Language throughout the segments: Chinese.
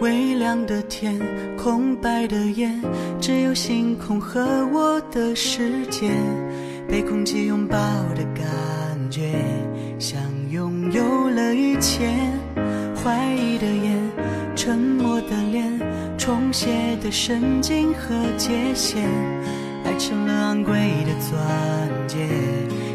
微凉的天，空白的眼，只有星空和我的世界，被空气拥抱的感觉，像拥有了一切。怀疑的眼，沉默的脸，重写的神经和界限，爱成了昂贵的钻戒，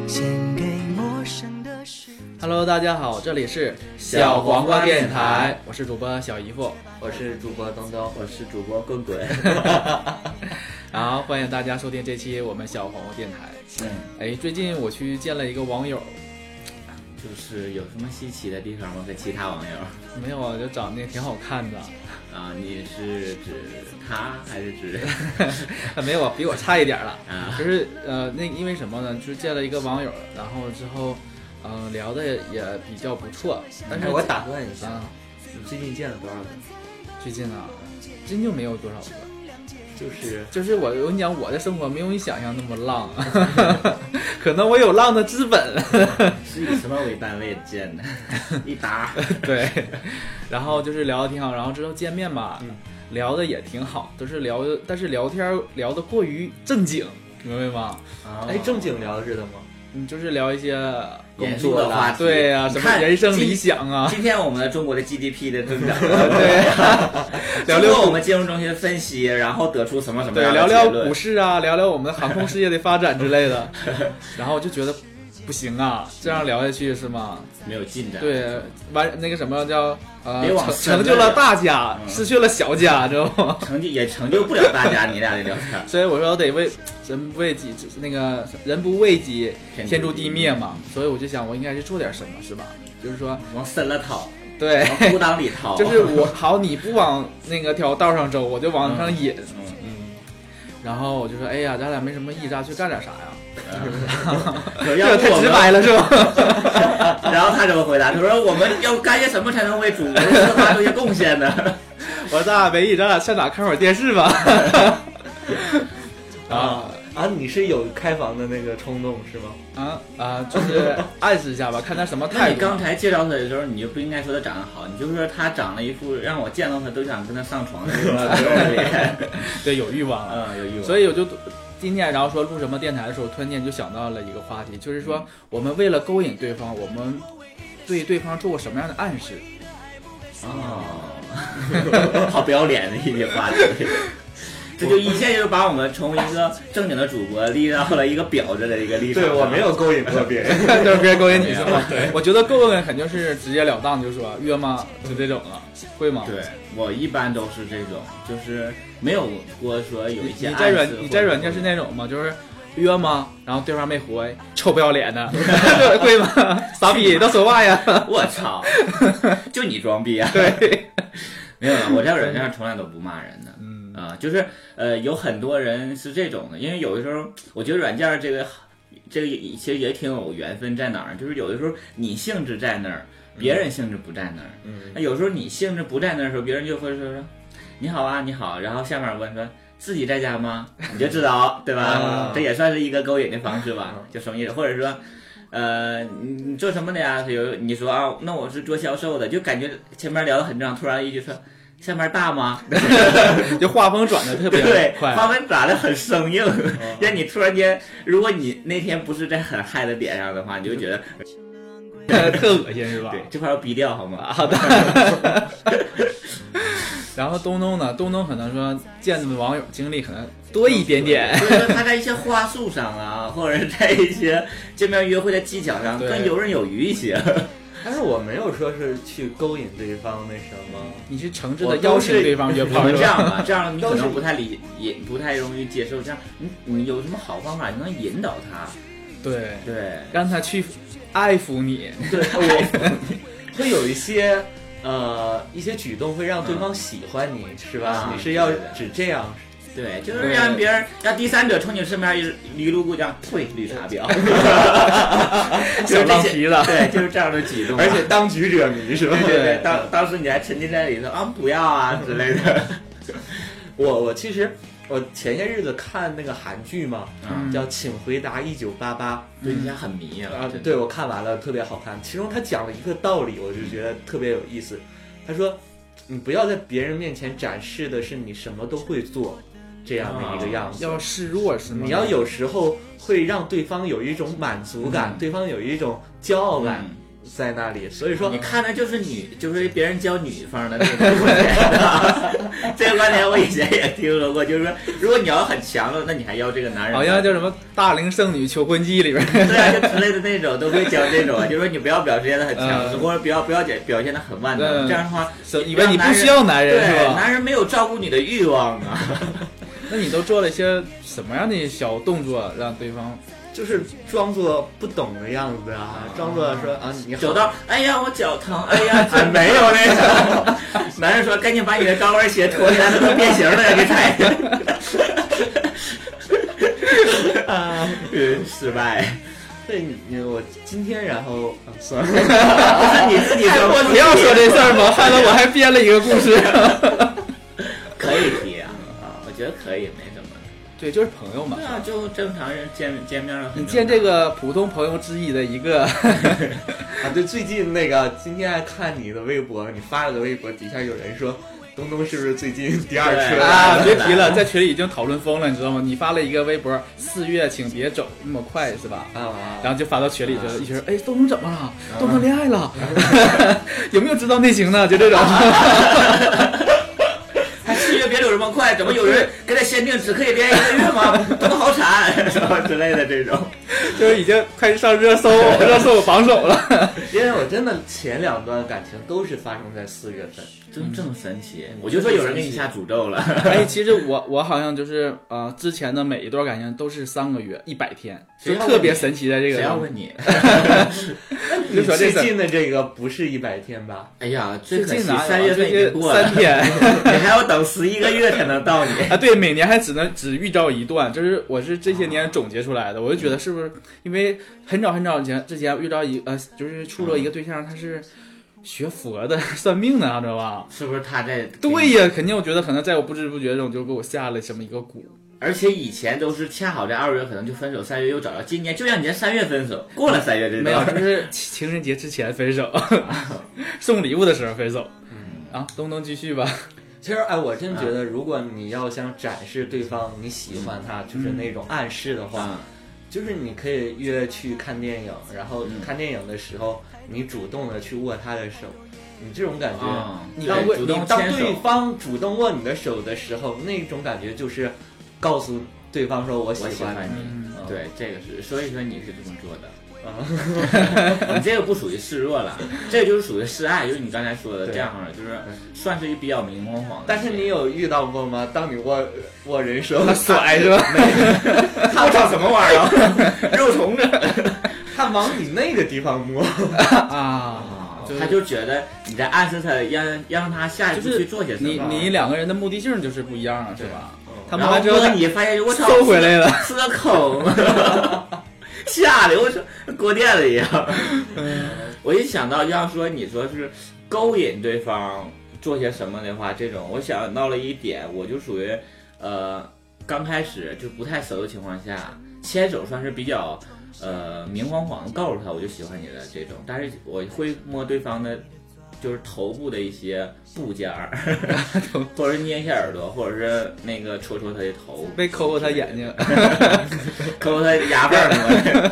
献给陌生的世界。 Hello，大家好，这里是小黄瓜电台，我是主播小姨 夫，我是主播东东，我是主播棍 棍。然后欢迎大家收听这期我们小黄瓜电台。嗯，哎，最近我去见了一个网友，就是有什么稀奇的地方吗？和其他网友没有啊，就长得挺好看的， 啊，你是指他还是 指。没有啊，比我差一点了啊？就是呃，那因为什么呢？就是见了一个网友，然后之后，嗯、聊的也比较不错，但是哎，我打断一下，啊，你最近见了多少 个？最近啊，真就没有多少个。就是就是我，我跟你讲，我的生活没有你想象那么浪，啊 可能我有浪的资本。 是以什么为单位建 的？一沓。对，然后就是聊的挺好，然后之后见面吧，嗯聊的也挺好，都是聊，但是聊天儿聊的过于正经，明白吗？啊哎，正经聊似的吗？嗯，就是聊一些严肃的话题。对呀、啊你什么看人生理今想啊，今天我们的中国的 GDP 的增 长， 对呀、 聊经聊过我股们金融中心分析，然后得出什么什么对样聊的聊结股论？市啊，聊聊我们航空事业的发展之类 的，然后我就觉得不行啊，这样聊下去是吗？没有进展。对，完那个什么叫呃别往成深成就了了大家，嗯失去了小 家，知道吗？成就也成就不了大家，你俩的聊天。 所以我说得为人不为己，那个人不为己，天诛天诛地灭地灭嘛。嗯所以我就想，我应该去做点什么，是吧？就是说，往深了掏，对，往 裤裆里掏。就是我好，你不往那个条道上走，我就往上引。嗯，嗯，然后我就说，哎呀，咱俩没什么意思，啊，去干点啥呀？ 可这要 个不我太直们白了，是 吧？ 然后他怎么回答？他说：“我们要干些什么才能为祖国发出一些贡献呢 我说咱俩没意思，咱俩上哪看会儿电视 吧？啊啊啊，你是有开房的那个冲动是吗？啊啊！就是暗示一 下吧，看他什么？”那态你度。刚才介绍他的时候，你就不应该说他长得好，你就说他长了一副让我见到他都想跟他上床的那种 脸。对，有欲望了。嗯，有欲望。所以我就今天，然后说录什么电台的时候，突然间就想到了一个话题，就是嗯说我们为了勾引对方，我们对对方做过什么样的暗 示？哦， 好不要脸的一句话题。这就一下就把我们从一个正经的主播立到了一个婊子的一个立场。对我没。有勾引过别人，就是别勾引 女生嘛。我觉得勾引肯定是直截了当，就说约吗？就这种了，会吗？对我一般都是这种，就是没有过说有一些你在暗示软或者你在软件是那种吗？就是。约吗？然后对方没 回，臭不要脸的，这 会吗？傻逼，都说话 呀！我操，就你装逼啊！对， 没有了，我在软件上从来都不骂人的。嗯啊、就是呃，有很多人是这种的，因为有的时候我觉得软件儿这个这个也其实也挺有缘分，在哪儿？就是有的时候你兴致在那儿，别人兴致不在那儿。嗯，那有时候你兴致不在那儿的时候，别人就会说说你好啊，你好，然后下面问说自己在家吗？你就知道对吧？啊这也算是一个勾引的方式吧嗯，就什么意思？或者说。呃，你你做什么的呀？有你说啊，那我是做销售的，就感觉前面聊得很正常，突然一句说下面 大吗？就话锋转的特别对，快。哦他们打的很生硬，让你突然间，如果你那天不是在很嗨的点上的话，你就觉得 特恶心是吧？对这块要逼掉好吗？好的。然后东东呢？东东可能说见的网友经历可能多一点点。所以说他在一些话术上啊，或者在一些见面约会的技巧上对更游刃有余 一些。 但是我没有说是去勾引对方那什 么，你是诚挚的邀请对方约我炮们是这吧？样吧，这样你可能不太理，也不太容易接受。这样你你有什么好方法，你能引导他？ 对，对让他去爱抚你。对，我会有一些呃一些举动会让对方喜欢你，是吧？啊你是要对的只这样，对，就是让别人让第三者冲你身边一一路过，这样退绿茶婊，就是这些，子对，就是这样的举动啊，而且当局者迷，是吧？ 对对对，当当时你还沉浸在里头啊，不要啊之类的，我我其实我前些日子看那个韩剧嘛，嗯，叫《请回答一九八八》。对你家很迷啊啊，，真的对，我看完了，特别好看。其中他讲了一个道理，我就觉得特别有意思。他说，你不要在别人面前展示的是你什么都会做这样的一个样子，啊要示弱是吗？你要有时候会让对方有一种满足感，对方有一种骄傲感嗯在那里。所以说你，看的就是女，就是别人教女方的那个观点。 这个观点我以前也听说过，就是说，如果你要很强了，那你还要这个男人吗？好像叫什么《大龄剩女求婚记》里边 儿， 对啊，就之类的那种都会教这种啊，就是说你不要表现的很强势，嗯或者不要不要表表现的很万能，嗯这样的话，以为你不需要男对人是吧？男人没有照顾你的欲望啊。那你都做了一些什么样的小动作让对方？就是装作不懂的样子啊，装作说啊，你好走到，哎呀，我脚疼，哎 呀，这没有那个。男人说：“赶紧把你的高跟鞋脱下来，它都变形了 呀，给踩。啊，”嗯，失败。对你，你我今天然后啊 算了。不是你自己 说，我不要说这事儿 吗？害得我还编了一个故事。可以提啊，啊，我觉得可以，没什么。 对，就是朋友嘛对。啊，就正常人见见面了。你见这个普通朋友之一的一个，啊，对，最近那个今天还看你的微博，你发了个微博，底下有人说东东是不是最近第二对春啊， 啊？别提了，在群里已经讨论疯了，你知道吗？你发了一个微博，四月请别走那么快是吧？啊，然后就发到群里去了，一群人哎，东东怎么了？东东恋爱了， 有没有知道内情呢？就这种， 还四月别走这么快，怎么有人跟他限定只可以恋爱一个 月吗？多好惨，什么之类的这种。就是已经开始上热搜、热搜榜首了。 因为我真的前两段感情都是发生在四月份，真正神奇，我就说有人给你下诅咒了。哎，其实我我好像就是呃，之前的每一段感情都是三个月、一百天，就谁要问特别神奇的这谁个要东西。问你？就你说这最事儿近的这个不是一百天吧？哎呀，最最可近惜哪有啊三月份已最经近过了三，天。 你还要等十一个月才能到你。啊，对，每年还只能只遇到一段，就是我是这些年总结出来的，我就觉得是不是因为很早很早以前之前遇到一呃，就是处了一个对象，他是学佛的 算命的，知道吧？是不是他在？对呀，肯定我觉得可能在我不知不觉中就给我下了这么一个蛊，而且以前都是恰好在二月可能就分手，三月又找到，今年就让你在三月分手，过了三月这没有，段就。是情人节之前分手， 送礼物的时候分手。嗯啊，东东继续吧。其实哎，我真觉得，如果你要想展示对方你喜欢他，嗯就是那种暗示的话，啊，就是你可以约去看电影，然后嗯看电影的时候，你主动的去握他的手，你这种感觉，啊你对当握主你动当牵手对方主动握你的手的时候，那种感觉就是告诉对方说我喜我喜欢你。你嗯。对，这个是，所以说你是这么做的。啊，嗯 你这个不属于示弱了，这个就是属于示爱，就是你刚才说的对这样的，就是算是一比较明晃晃的。但是你有遇到过吗？当你握握人手，他甩是吧？他我找什么玩意儿啊？肉虫子他往你那个地方摸，啊，他就觉得你在暗示他，让让他下一步就是去做些什么。 你你两个人的目的性就是不一样了，是吧？他然们后完之后哥，你发现我操，收回来了。吃个孔，吓得我说过电了一样。 我一想到要说你说是勾引对方做些什么的话，这种我想到了一点，我就属于呃刚开始就不太熟的情况下，牵手算是比较。呃，明晃晃地告诉他我就喜欢你的这种，但是我会摸对方的，就是头部的一些部件儿，或者是捏一下耳朵，或者是那个戳戳他的头，被抠抠他眼睛，抠他牙缝儿什么的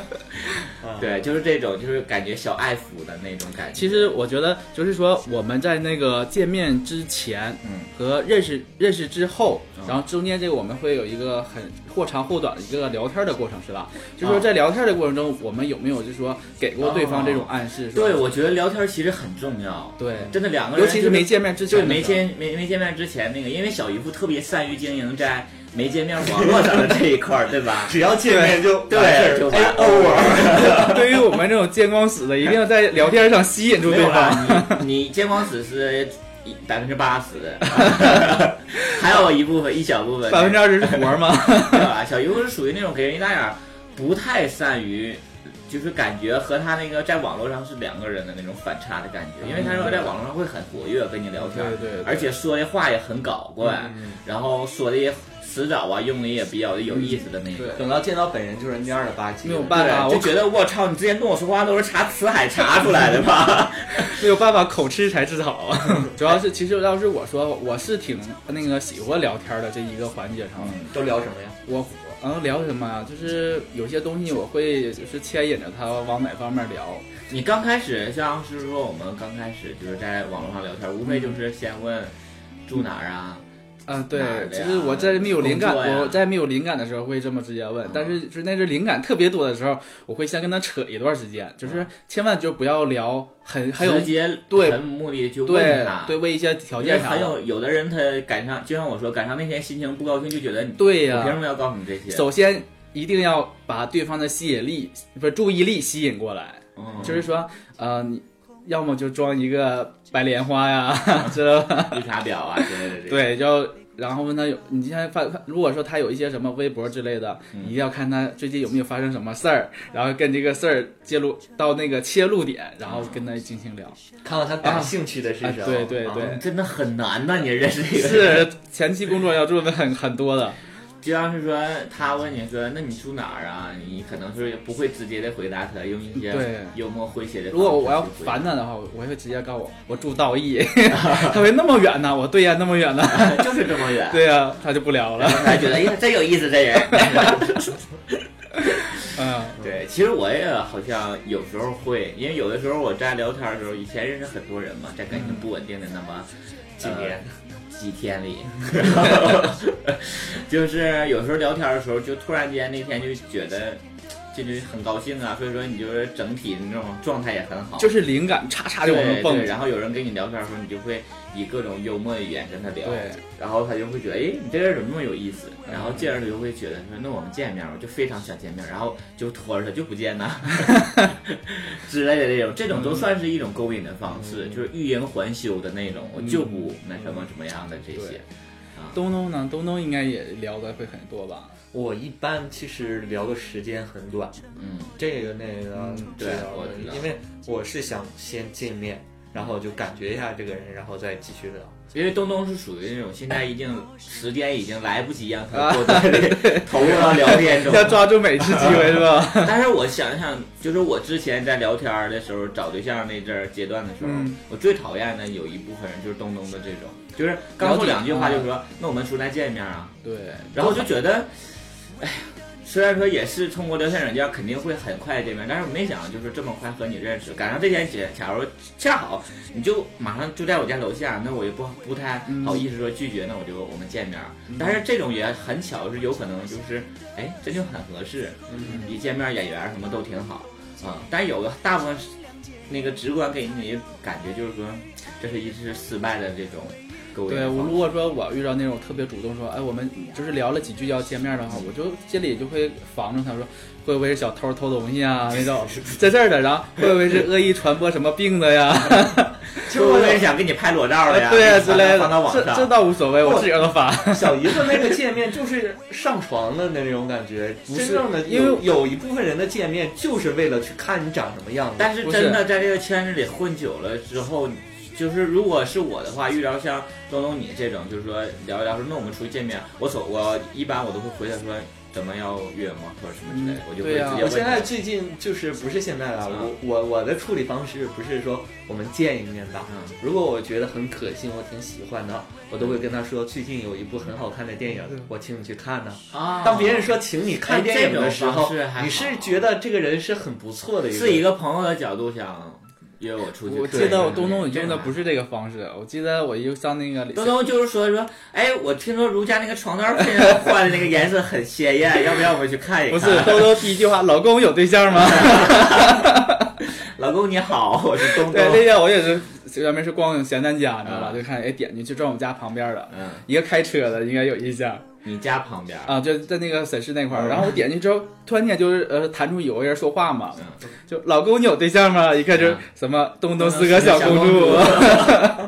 啊对，就是这种，就是感觉小爱抚的那种感觉。其实我觉得就是说我们在那个见面之前，嗯，和认识认识之后嗯，然后中间这个我们会有一个很或长或短的一个聊天的过程，是吧？就是嗯说在聊天的过程中，我们有没有就是说给过对方这种暗示？是吧对，我觉得聊天其实很重要，对，真的两个人尤就，其是没见面之就前，没，见没没见面之前那个，因为小姨夫特别善于经营在没见面网络上的这一块儿，对吧？只要见面就对完事儿就完哎 over， 对于我们这种见光死的，一定要在聊天上吸引住没对有 方。啦，你你见光死是百分之八十 的，还有一部分一小部分百分之二十是活 嘛，没有啊，小优是属于那种给人一大眼不太善于，就是感觉和他那个在网络上是两个人的那种反差的感觉，因为他说在网络上会很活跃跟你聊天，对对对而且说的话也很搞怪，然后说的也词藻啊用的也比较的有意思的那种。等到见到本人就是蔫了吧唧，没有办法，就我觉得嗯啊我操，你之前跟我说话都是查辞海查出来的吧？ 没有办法口吃才自讨。 主要是，其实要是我说，我是挺那个喜欢聊天的这一个环节上的。都聊什么呀？我嗯聊什么啊？就是有些东西我会就是牵引着他往哪方面聊。你刚开始像是说我们刚开始就是在网络上聊天，无非就是先问住哪儿啊，啊，对哪儿，的其呀实我在没有灵感，工作呀哦我在没有灵感的时候会这么直接问，但是就是那是灵感特别多的时候，我会先跟他扯一段时间，就是千万就不要聊很还有哦直接对很目的地去问对他，对为一些条因为件啥很有的，有的人他赶上，就像我说，赶上那天心情不高兴，就觉得你对呀、我凭什么要告诉你这些？首先一定要把对方的吸引力不是注意力吸引过来，嗯就是说呃你要么就装一个白莲花呀， 知道吧？绿茶婊啊之类的这些。对，就然后问他有，你现在发，如果说他有一些什么微博之类的，嗯你一定要看他最近有没有发生什么事儿，然后跟这个事儿介入到那个切入点，然后跟他进行聊。看看他感兴趣的是啊什么？对对对啊，真的很难呐、你认识这个人，是前期工作要做的很很多 的，就像是说他问你说，那你住哪儿啊？你可能是不会直接的回答他，用一对些幽默诙谐的方式去回答。如果我要烦他的话，我会直接告我我住道义， 他会那么远呢？我对呀，那么远呢？ 就是这么远，对呀、他就不聊了 然。后 他觉得哎呀真有意思，这人。 嗯，对，其实我也好像有时候会，因为有的时候我在聊天的时候，以前认识很多人嘛，在感情不稳定的那么几嗯年、呃几 天里，就是有时候聊天的时候，就突然间那天就觉得。就是很高兴啊，所以说你就是整体那种状态也很好，就是灵感叉叉就往上对蹦对，，然后有人跟你聊天的时候，你就会以各种幽默的语言跟他聊，对嗯然后他就会觉得，哎，你这人怎么那么有意思？然后进而就会觉得说，那我们见面吧，我就非常想见面，然后就拖着他就不见 呐，之类的这种，这种都嗯算是一种勾引的方式，就是欲迎还休的那种，我就不那什么什么样的这些嗯对。东东呢？东东应该也聊的会很多吧？我一般其实聊的时间很短，嗯，这个那个嗯知道对的我知道因为我是想先见面，然后就感觉一下这个人，然后再继续聊。 因为东东是属于那种现在已经时间已经来不及让他过多的投入到聊 天中了，啊要抓住每次机会是 吧？但是我想想，就是我之前在聊天儿的时候，找对象那阵儿阶段的时候，嗯我最讨厌的有一部分人就是东东的这种，就是刚说两句嗯话就说，那我们出来见一面啊，对，然后我就觉得，哎呀，虽然说也是通过聊天软件肯定会很快见面，但是我没想到就是这么快和你认识，赶上这天节，假如恰好你就马上就在我家楼下，那我也不不太好意思说拒绝，那我就我们见面儿。但是这种也很巧，是有可能就是，哎，真就很合适，一见面眼缘什么都挺好啊、但有的大部分是那个直观给你的感觉就是说，这是一次失败的这种勾引对方式。我如果说我遇到那种特别主动说，哎，我们就是聊了几句要见面的话，我就心里就会防着他说，会不会是小偷偷东西 啊那种，在这儿的，然后会不会是恶意传播什么病的呀，就我也想给你拍裸照的呀， 啊对呀、呀、之类放到的，网这上。这倒无所谓，我自己让他发。小姨子那个见面就是上床的那种感觉，不是真正的有因为有一部分人的见面就是为了去看你长什么样子。但是真的在这个圈子里混久了之后，就是如果是我的话，遇到像东东你这种，就是说聊一聊说那我们出去见面，我所我一般我都会回他说怎么要约吗或者什么之类的，我就嗯会对呀啊直接我问啊现他。在最近就是不是现在了，我我我的处理方式不是说我们见一面吧，嗯如果我觉得很可信，我挺喜欢的，我都会跟他说最近有一部很好看的电影，我请你去看呢。啊当别人说请你看电影的时哎这种候方式还，好你是觉得这个人是很不错的一个是一人，个朋友的角度想约我出去，我记得我东东用的不是这个方式，我记得我又上那个东东就是说说，哎，我听说如家那个床单非常换的那个颜色很 鲜艳，要不要我们去看一看？不是，兜兜第一句话，老公有对象吗？老公你好，我是东东。对，那天我也是，原来是光影闲咱家，你知道吧？嗯就看哎点进去，正好我们家旁边的嗯，一个开车的，应该有一家你家旁边，啊，就在那个沈市那块儿。嗯然后我点进去之后，突然间就是呃弹出有个人说话嘛嗯，就老公你有对象吗？一看就是嗯什么东东是个小公东东是主 个，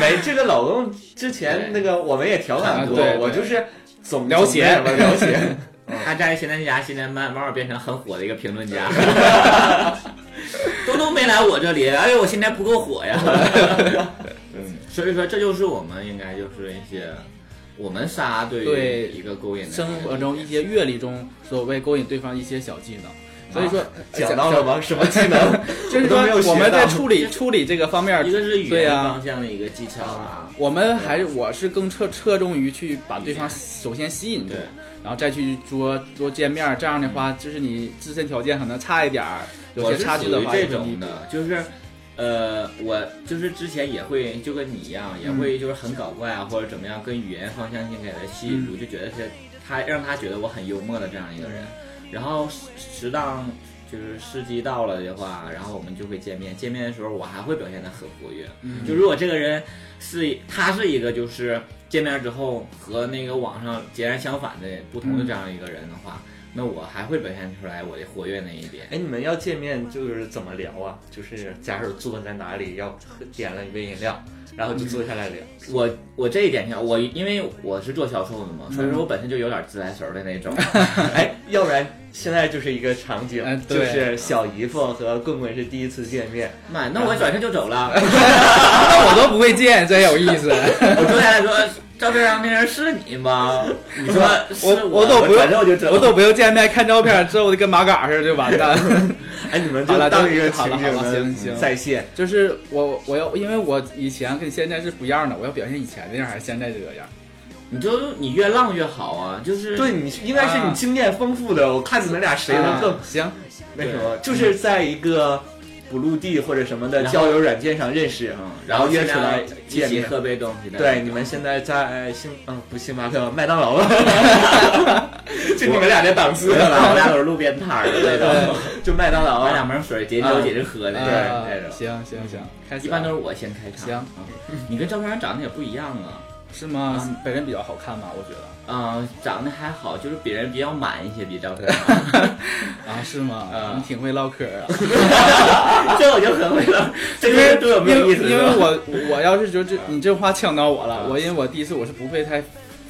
没这个老公之前那个我们也调侃啊过对，对我就是总了解总那什么了解，嗯他站在新南家新南慢慢慢变成很火的一个评 论家。东东没来我这里，哎呦，我现在不够火呀。嗯， 所以说这就是我们应该就是一些我们仨对于对一个勾引的生活中一些阅历中所谓勾引对方一些小技能。所以说， 讲到了吗？什么技能？就是我都没有学说到我们在处理处理这个方面，一个是语对啊嗯言呀、方向的一个技巧啊，我们还是我是更侧侧重于去把对方首先吸引住对，然后再去多多见面儿。这样的话，就是你自身条件可能差一点儿，有我些是差距属的于话，这种的，就是。呃，我就是之前也会就跟你一样，嗯也会就是很搞怪啊，或者怎么样，跟语言方向性给他吸嗯引住，就觉得是他让他觉得我很幽默的这样一个人。然后适适当就是时机到了的话，然后我们就会见面。见面的时候，我还会表现得很活跃。嗯就如果这个人是他是一个就是见面之后和那个网上截然相反的不同嗯的这样一个人的话，那我还会表现出来我的活跃那一边。哎，你们要见面就是怎么聊啊？就是假如坐在哪里，要喝点了一杯饮料，然后就坐下来 聊。我我这一点上，我因为我是做销售的嘛，所以说嗯我本身就有点自来熟的那 种。哎，要不然现在就是一个场景，哎就对是小姨夫和棍棍是第一次见面，妈，那我转身就走 了。那我都不会见，真有 意思。我坐下来说，照片上那人是你吗？你说是我我都我不用反啊正我就知，道我都不用见面，看照片之后就跟麻杆似的就完蛋。哎，你们好就了当都一个情好了景好了行的行再现。 就是我我要，因为我以前跟现在是不一样的，我要表现以前那样还是现在这个样？你就你越浪越好啊，就是对你应该是你经验丰富的，我看你们俩谁能更啊行？那什么，就是在一个补录地或者什么的然后交友软件上认识嗯，，然后约现出在来一见起面。喝杯东西的。对，你们现在在星嗯不星巴克麦当劳吧，就你们俩这档次对吧？我了，俩都是路边摊儿的那种，就麦当劳买两啊。瓶水，解酒解着喝的嗯啊那种。行行行，开始嗯一般都是我先开场。行啊，你跟照片上长得也不一样啊。是吗？本人比较好看嘛，我觉得嗯，长得还好，就是比人比较满一些，比照片。啊，是吗啊？你挺会唠嗑 啊。这我就很会了，这因个为人对我没有意思。因为因为是吧嗯我我要是觉得这你这话呛到我了，啊我因为我第一次我是不会太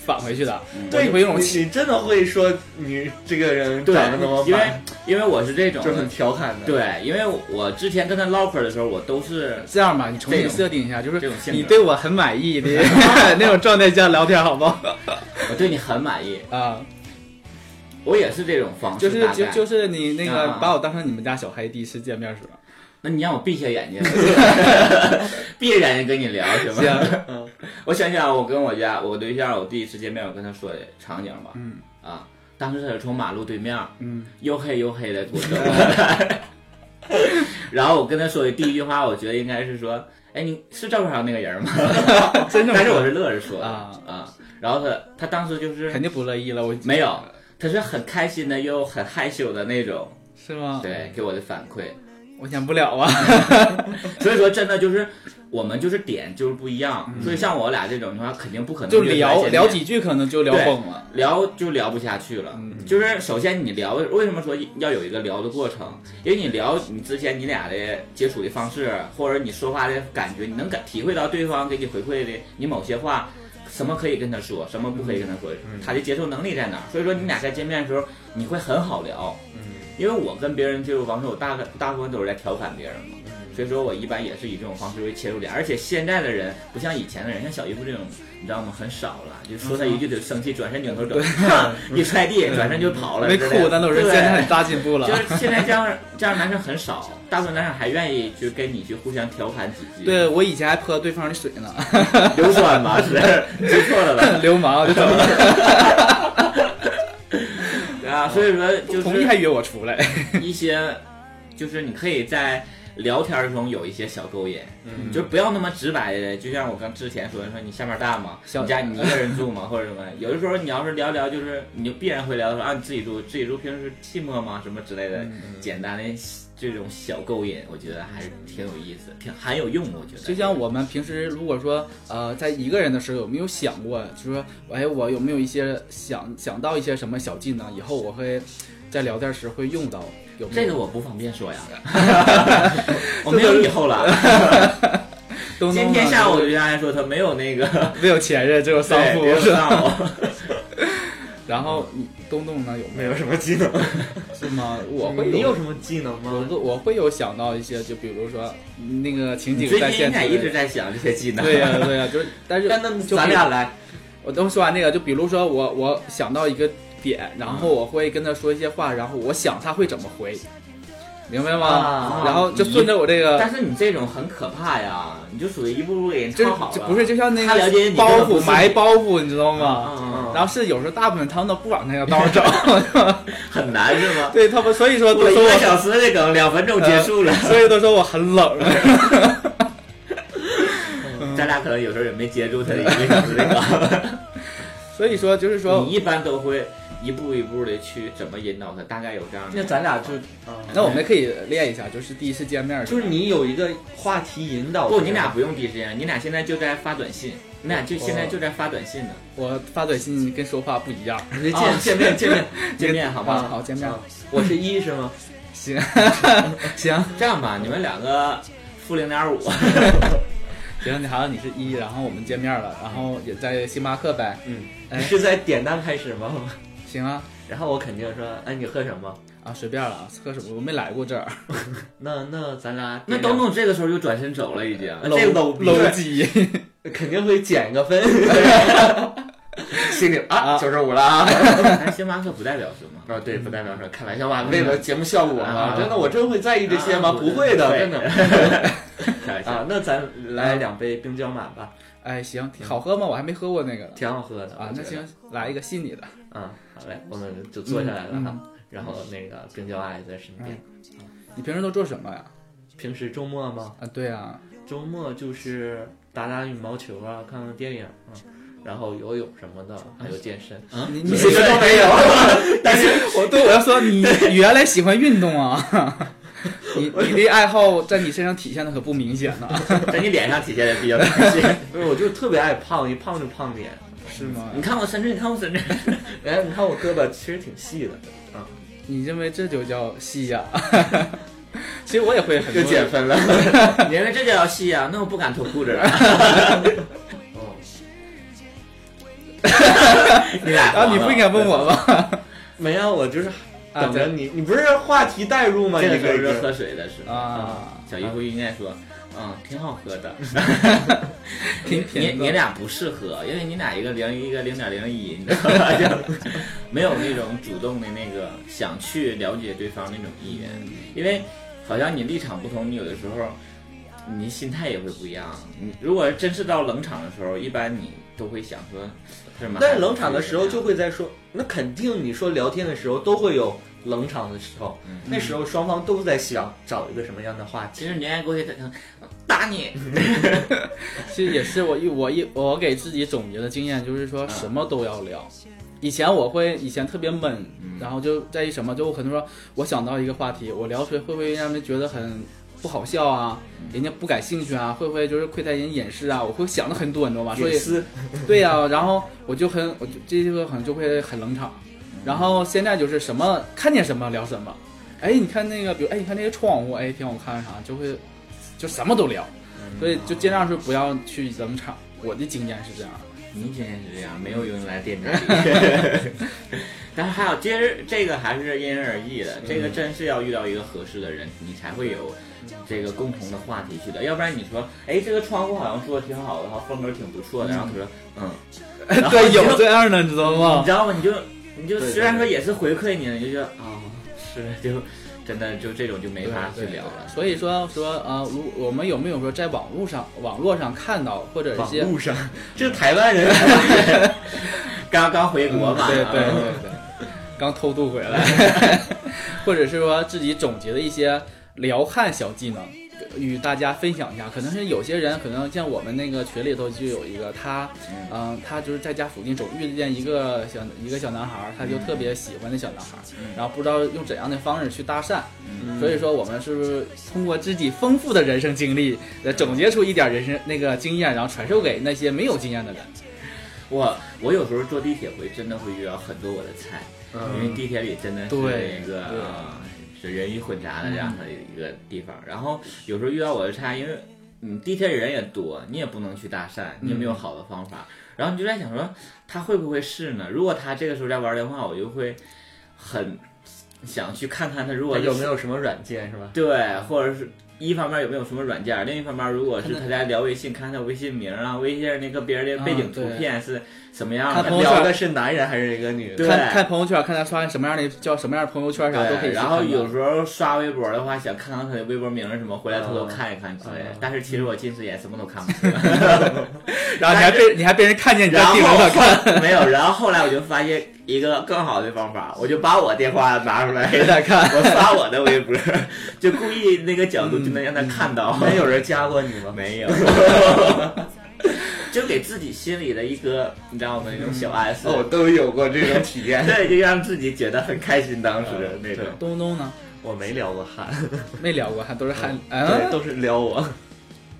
返回去的，我嗯对，就会有种你气。你真的会说你这个人长对得那么，因为满，因为我是这种就是很调侃的。，对，因为我之前跟他唠嗑的时候，我都是这样吧，你重这新种设定一下，就这是种性格你对我很满意 的那种状态下聊天，好不好？我对你很满意，啊，我也哦是这种方就式。是大就概就是你那个啊把我当成你们家小黑第一次见面是吧？那你让我闭下眼 睛，闭着眼睛跟你聊行吗？行， 我想想，我跟我家我对象，我第一次见面，我跟他说的场景吧，嗯啊，当时他是从马路对面，嗯，黝黑黝黑的给我 走过来，然后我跟他说的第一句话，我觉得应该是说，哎，你是照片上那个人吗？ 真正但是我是乐着说的啊啊，然后他他当时就是肯定不乐意了，我没有，他是很开心的又很害羞的那种，是吗？，对，给我的反馈。我想不了啊，所以说，真的就是我们就是点就是不一样，所以像我俩这种的话，肯定不可嗯能就约出来聊见面聊几句可能就聊对崩了，聊就聊不下去了。就是首先你聊，为什么说要有一个聊的过程？因为你聊你之前你俩的接触的方式，或者你说话的感觉，你能感体会到对方给你回馈的你某些话。什么可以跟他说，什么不可以跟他说，嗯他的接受能力在哪儿？所以说你俩在见面的时候，你会很好聊，嗯因为我跟别人接触方式，我大概大部分都是在调侃别人嘛，嗯所以说我一般也是以这种方式为切入点。而且现在的人不像以前的人，像小姨夫这种，你知道吗？很少了，就说他一句就生气，转身扭头走， 哈一踹地，转身就跑了。嗯没之类的哭，但都是对现在很大进步了就。是现在这样这样男生很少，大部分男生还愿意就跟你去互相调侃几句，对，我以前还泼对方的水呢，硫 酸吧， 是记错了吧？流氓就啊，所以说就是同意还约我出来。 一些，就是你可以在聊天中有一些小勾引，嗯就不要那么直白的，就像我刚之前说的，说你下面大吗？小你家你一个人住吗？或者什么？有的时候你要是聊聊，就是你就必然会聊到说啊，你自己住，自己住平时寂寞吗？什么之类的，简单的这种小勾引，我觉得还是挺有意思，挺很有用，我觉得。就像我们平时如果说呃在一个人的时候，有没有想过，就说哎我有没有一些想想到一些什么小技能，以后我会在聊天时会用到，有没有这个我不方 便说呀，我没有以后了。东东今呢天下午我就跟大家说，他没有那个没有前任，只有丧对夫没有是吧？丧偶。 然后你东东呢有没 没有有什么技能，是吗？我会 你有什么技能我吗？都我会有想到一些，就比如说嗯那个情你景最在近线应该一直对在想这些技能。呀、对呀、 就是但是但那就咱比俩来，我等我说完那个，就比如说我我想到一个点，然后我会跟他说一些话，然后我想他会怎么回，明白吗？啊然后就顺着我这个，但是你这种很可怕呀，你就属于一步步给人这唱好了。不是就像那他了解个你包根本不袱是埋包袱，你知道吗？啊，然后是有时候大部分他们都不往那个道儿找，很难是吗？ 对他们，所以说录都了一说个我，小时的梗，两分钟结束了。呃 所以都说我很冷。 呃咱俩可能有时候也没接住他的一个小时的所以说就是梗。说你，一般都会一步一步的去怎么引导他，大概有这样的。那咱俩就，那我们可以练一下，就是第一次见面的时就候，是你有一个话题引导，不，你俩不用第一时间，你俩现在就在发短信，你俩就哦现在就在发短信呢。我发短信跟说话不一样。你就啊见见面见面，见面好啊， 吗？好 见面，啊 我是一是吗？行 行这样吧，你们两个负零点五，行，你好像你是一，然后我们见面了，然后也在星巴克呗。嗯，哎你是在点单开始吗？ 行啊，然后我肯定说，哎，你喝什么？啊随便了啊，喝什么？我没来过这儿，那那咱俩那都东东这个时候就转身走了，已经。搂这个逼楼机。肯定会减个分，心里啊啊九十五了啊。 咱哎星巴克不代表什么。啊，对，不代表说开玩笑吧，为了节目效果嘛，啊真的，我真会在意这些吗？啊不会的，对真的开玩笑啊。那咱来两杯冰胶满吧，哎，行，好喝吗？我还没喝过那个呢。挺好喝的啊，那，我觉行，来一个信你的。得啊，好嘞，我们就坐下来了嗯哈。然后那个冰胶爱在身边。你平时都做什么呀？平时周末吗？啊，对啊，周末就是打打羽毛球啊，看看电影啊，然后游泳什么的，还有健身。啊你你你什么都 没 有，但是我对我要说，你原来喜欢运动啊。你你的爱好在你身上体现的可不明显呢，在你脸上体现的比较明显。不是我就特别爱胖，一胖就胖脸。是吗你？看我深圳，你看我深圳，哎，你看我胳膊其实挺细的，你认为这就叫戏呀、其实我也会很多又减分了。 你认为这叫戏啊？那我不敢脱裤子了。哦，你俩啊，你不应该问我吧？没有，我就是啊，等着你，你不是话题带入吗？这个你时候这是个喝水的时对候。啊，小姨夫应该说，嗯，挺好喝的。挺你甜你的。俩不适合，因为你俩一个零，一个零点零一，你知道吧？ 就没有那种主动的那个想去了解对方那种意愿，嗯因为好像你立场不同，你有的时候你心态也会不一样。你如果真是到冷场的时候，一般你都会想说是吗？但是冷场的时候就会在说，那肯定你说聊天的时候都会有冷场的时候，嗯那时候双方都在想找一个什么样的话题。其实你爱过去他打你，其实也是我一我一我给自己总结的经验，就是说嗯什么都要聊。以前我会以前特别闷，嗯然后就在于什么，就我可能说我想到一个话题，我聊出来会不会让人觉得很不好笑啊？嗯人家不感兴趣啊？会不会就是亏待人隐私啊？我会想的很多，你知道吧？所以隐私，对呀、然后我就很，我就这个可能就会很冷场。嗯然后现在就是什么看见什么聊什么，哎，你看那个，比如哎，你看那个窗户，哎，挺好看啥，就会就什么都聊，所以就尽量是不要去冷场。我的经验是 这样的，你今天是这样，没有用来 垫底。里。 但是还有，其实这个还是因人而异嗯的，这个真是要遇到一个合适的人，你才会有这个共同的话题去聊。要不然你说，哎，这个窗户好像做的挺好的，哈，风格挺不错的，然后他说，嗯，然后对，你就有这样的，你知道你吗？知道吗？你就你就对对虽然说也是回馈你了，你就觉得啊，是就真的就这种就嗯没法去聊了。所以说说呃，如我们有没有说在网络上网络上看到或者一网些路上，这台湾人刚刚回国嘛，嗯嗯对对啊对对，刚偷 渡回来，或者是说自己总结的一些撩汉小技能，与大家分享一下，可能是有些人可能像我们那个群里头就有一个他，嗯、他就是在家附近走，遇见一个小一个小男孩儿，他就特别喜欢那小男孩儿，然后不知道用怎样的方式去搭讪，所以说我们是不是通过自己丰富的人生经历，来总结出一点人生那个经验，然后传授给那些没有经验的人。我我有时候坐地铁回，真的会遇到很多我的菜，因为地铁里真的是对一个对啊是人鱼混杂的这样的一个地方。然后有时候遇到我的菜，因为嗯地铁里人也多，你也不能去搭讪，你也没有好的方法。然后你就在想说他会不会是呢？如果他这个时候在玩电话，我就会很想去看看他如果有没有什么软件是吧？对，或者是一方面有没有什么软件儿，另一方面如果是他在聊微信，看他微信名啊，微信上那个别人的背景啊图对片是什么样看的，朋友圈聊的是男人还是一个女的？对看看朋友圈，看他刷什么样的叫什么样的朋友圈啊啥都可以对，去然看看。后有时候刷微博的话，想看看他的微博名是什么，回来偷偷啊看一看之类的啊。但是其实我近视眼什么都看 不清。然后你还被你还被人看见你 在然后 盯着他看，没有，然后后来我就发现一个更好的方法，我就把我电话拿出来，谁在看？我发我的微博， 就故意那个角度就能嗯让他看到。没有人加过你吗？没有， 就给自己心里的一个，你知道吗？那种小嗯暗示，哦，都有过这种体验。对，就让自己觉得很开心，当时的那种。 东东呢？我没聊过汉，没聊过，还都是汉 对，嗯，都是撩我。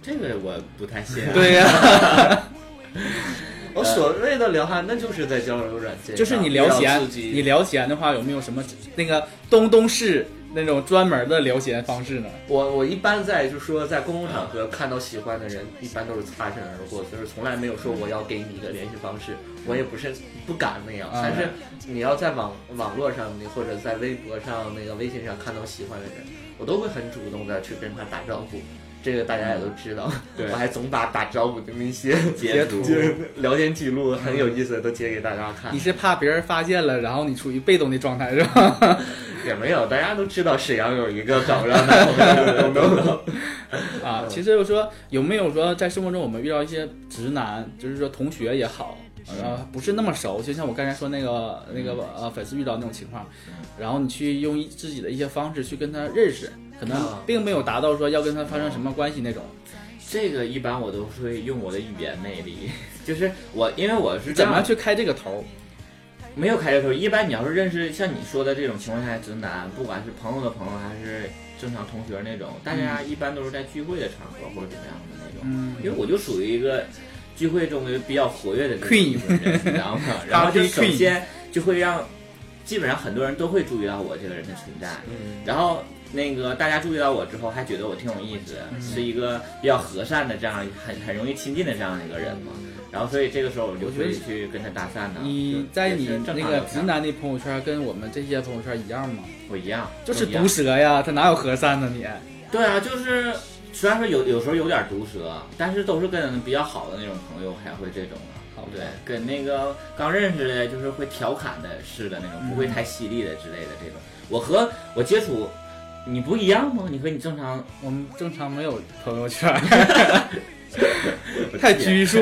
这个我不太信、啊。对呀、我所谓的撩汉，那就是在交友软件上，就是你聊让闲自，己你聊闲的话，有没有什么那个东东式那种专门的聊闲方式呢？我我一般在就是说在公共场合看到喜欢的人，一般都是擦身而过，就是从来没有说我要给你一个联系方式，我也不是不敢那样。嗯但啊是你要在网网络上，你或者在微博上、那个微信上看到喜欢的人，我都会很主动的去跟他打招呼。这个大家也都知道，嗯对我还总把打招呼的那些截图嗯就是聊天记录很有意思的都截给大家看你。是怕别人发现了，然后你处于被动的状态是吧？也没有，大家都知道沈阳有一个搞浪 的朋友，嗯啊，其实我说有没有说在生活中我们遇到一些直男，就是说同学也好，嗯然后不是那么熟，就像我刚才说那个那个呃粉丝遇到那种情况，然后你去用一自己的一些方式去跟他认识，可能嗯啊并没有达到说要跟他发生什么关系那种，这个一般我都会用我的语言魅力， 就是我，因为我是这怎么样样去开这个头？没有开这头。一般你要是认识像你说的这种情况下的直男，不管是朋友的朋友还是正常同学那种，大家一般都是在聚会的场合或者怎么样的那种。嗯因为我就属于一个聚会中的比较活跃的那种 Queen 一个人，你知道 吗？然后就 Party 首 Queen 先就会让基本上很多人都会注意到我这个人的存在，嗯，然后那个大家注意到我之后，还觉得我挺有意思，嗯是一个比较和善的这样很很容易亲近的这样的一个人嘛。然后所以这个时候我嗯就我觉得会去跟他搭讪呢。你就在也你是正那个常聊直天男的朋友圈跟我们这些朋友圈一样吗？我一样，就是都一样毒舌呀，他哪有和善呢你？对啊，就是虽然说有有时候有点毒舌，但是都是跟比较好的那种朋友还会这种啊。好对，跟那个刚认识的，就是会调侃的似的那种，不会嗯太犀利的之类的这种。我和我接触，你不一样吗？你和你正常，我们正常没有朋友 圈， 太拘束，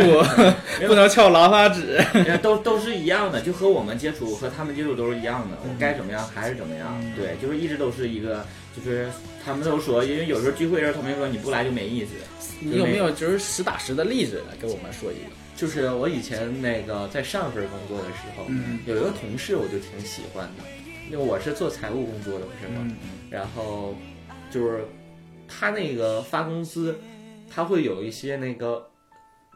不能翘兰花指。都都是一样的，就和我们接触和他们接触都是一样的，嗯我该怎么样还是怎么样。对，就是一直都是一个，就是他们都说，因为有时候聚会的时候，他们就说你不来就没意思。你有没有就是实打实的例子来给我们说一个？就是我以前那个在上份工作的时候，嗯有一个同事我就挺喜欢的，因为我是做财务工作的，不是吗？嗯然后就是他那个发工资，他会有一些那个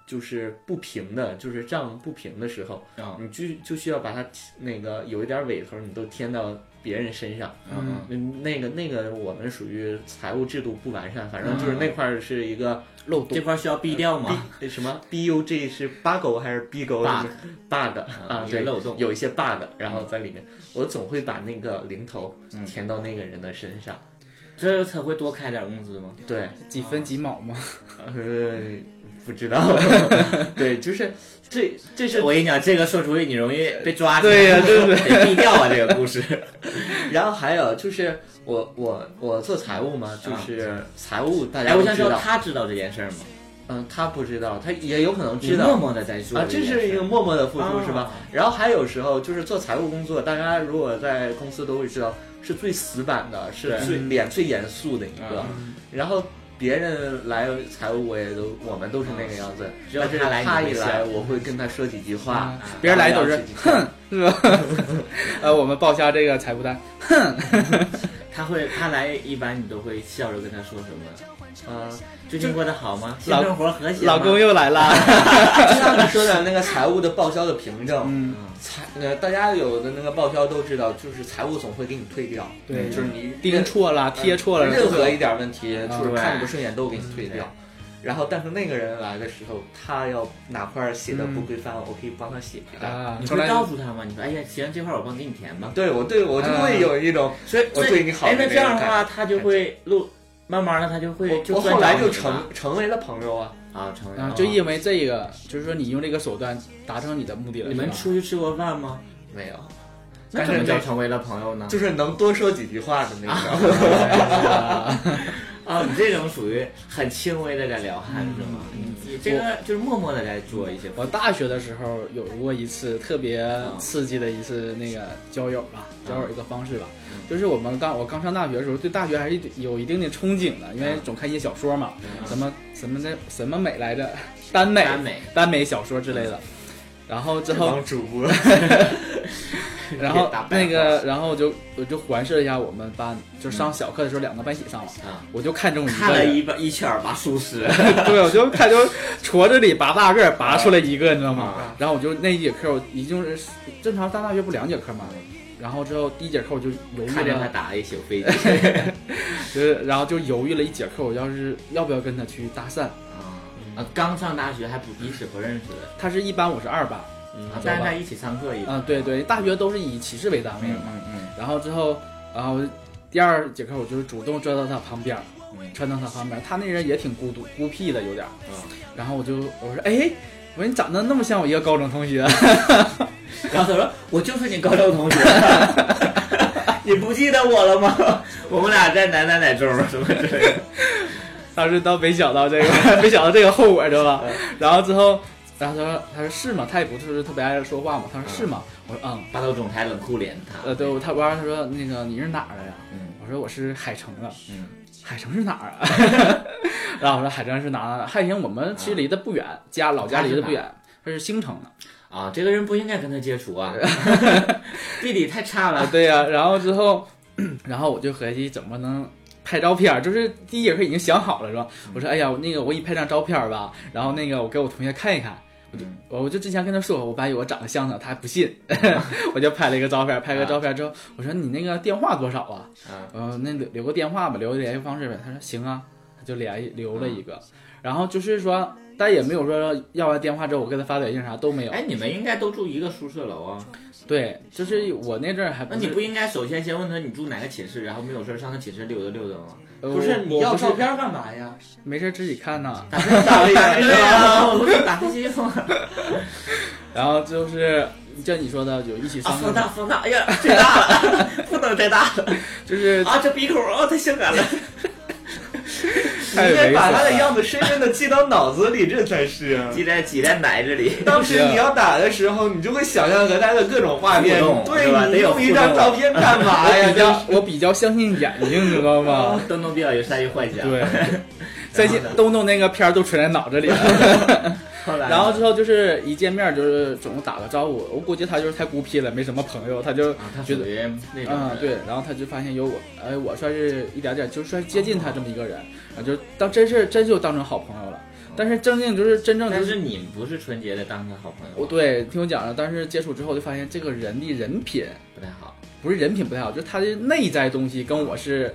就是不平的，就是账不平的时候，啊你就就需要把它那个有一点尾头，你都添到别人身上。嗯嗯，那个那个，我们属于财务制度不完善，反正就是那块儿是一个嗯漏这洞。块需要避掉吗？嗯那什么 bug 是 bug 还是 bug 啊 bug 啊啊？一个对，漏洞嗯有一些 bug，然后在里面，我总会把那个零头填到那个人的身上。这才会多开点工资吗？对，几分几毛吗？呃，不知 道，对，就是这这是我跟你讲，这个说出去你容易被抓起来。对呀对不 得避掉啊，这个故事。然后还有就是我我我做财务嘛，就是财务大啊哎，家我都想知说，道，他知道这件事儿吗？嗯，他不知道，他也有可能你知道默，默的在做啊，这件是一事个儿默默的付出，啊是吧？然后还有时候就是做财务工作，大家如果在公司都会知道，是最死板的，是对嗯最脸最严肃的一个。然后别人来财务我也都我们都是那个样子，啊只有但是他来你他会一笑啊来我会跟他说几句话，别人来都聊是 几句哼，是吧？ 呃，我们报销这个财务单，他会他来一般你都会笑着跟他说什么？嗯，最近过得好吗？新老生活和谐吗老公又来 了， 就像你说的那个财务的报销的凭证，嗯，财呃大家有的那个报销都知道，就是财务总会给你退掉，对就是你订错了，贴错了，任何一点问题，就是对看你不顺眼都给你退掉。然后，但是那个人来的时候，他要哪块儿写的不规范，我可以帮他写一下。啊，你从会来告诉他吗？你说哎呀，行，这块儿我帮给你填吧。对我对我就会有一种，所以我所以对你好哎，的那那这样种的感话，他就会录，慢慢的他就会我嗯就我算后来找就你了成成为了朋友啊。啊成为啊，了就因为这个，就是说你用这个手段达成你的目的了。你是们吧出去吃过饭吗？没有，那但怎么是就这成为了朋友呢？就是能多说几句话的那种。 啊，你这种属于很轻微的在撩汉是吗？你这个就是嗯默默的在做一些我大学的时候有过一次特别刺激的一次那个交友吧，嗯交友一个方式吧，就是我们刚我刚上大学的时候，对大学还是有一定的憧憬的，因嗯为总看一些小说嘛，什么什么那什么美来着， 耽美耽美嗯耽美小说之类的，然后之后当主播，然后打败那个，然后我就我就环视了一下我们班，就上小课的时候两个班一起上嘛，啊，我就看中一看个了人，一把一圈儿吧，舒适 对，我就看就矬子里拔大个儿拔出来一个，你知道吗啊？然后我就那一节课，我一共是正常上大学不两节课嘛，然后之后第一节课我就犹看豫着他了，打了一宿飞机就是然后就犹豫了一节课，我要是要不要跟他去搭讪？ 啊啊，刚上大学还不彼此不认识的，他是一班，我是二班，啊嗯，但是走吧在一起上课也嗯，对对，大学都是以寝室为单位的嘛。啊嗯然后之后，然后第二节课我就是主动钻到他旁边儿，嗯窜到他旁边儿。他那人也挺孤独孤僻的，有点儿。嗯，然后我就我说，哎，我说你长得那么像我一个高中同学，然后他说：“我就是你高中同 学，你不记得我了吗？ 我们俩在哪哪哪中啊什么之类的。当时都没想到这个， 没想到这个后果，知道吧？然后之后，然后他说他说是吗？他也不是特别爱说话嘛。他说是吗？我说嗯。” 霸道总裁冷酷脸他，呃，对，我他我让他说那个你是哪儿的呀？嗯我说我是海城的。嗯，海城是哪儿啊？ 然后我说海城是哪儿啊？海城我们其实离得不远，家老家离得不远，他是兴城的。啊，这个人不应该跟他接触 啊，地理太差啊，了。对呀、然后之后， 然后我就合计怎么能拍照片儿，就是第一节课已经想好了是吧？我说哎呀，那个我给你拍张照片儿吧，然后那个我给我同学看一看。我就嗯我我就之前跟他说，我班有个长得像的，他还不信， 我就拍了一个照片儿，拍个照片儿之后，我说你那个电话多少啊？啊呃，那留留个电话吧，留个联系方式呗。他说行啊，他就联系留了一啊个，然后就是说，但也没有说要完电话之后我给他发短信啥都没有。哎，你们应该都住一个宿舍楼啊？对，就是我那阵儿还那不你是不应该首先先问他你住哪个寝室，然后没有事儿上他寝室溜达溜达吗？呃不我是你我要不是照片干嘛呀？没事儿自己看呐。打 飞机打对啊，我不是打飞机吗？然后就是像你说的，有一起啊，上课，风大风大，哎呀，太大了，不能再大了就是啊！这鼻孔哦，太性感了。你太应该猥把琐他的了样子深深的记到脑子里，这才是。挤在挤在奶子里。当时你要打的时候，你就会想象和他的各种画面互动，对吧对得你有用一张照片干嘛我 呀？比较我比较相信眼睛，你知道哦吗？东东比较有善于幻想。， 对，最近东东那个片儿都存在脑子里了。 后来然后之后就是一见面就是总打个招呼，我估计他就是太孤僻了，没什么朋友，他就啊，他觉属得。于那种嗯，人，对，然后他就发现有我，哎，我算是一点点，就算接近他这么一个人，啊，就当真是真就当成好朋友了。但是真正就是真正就但是是你不是纯洁的当他好朋友，我对听我讲了，但是接触之后就发现这个人的人品不太好。不是人品不太好，就是他的内在东西跟我是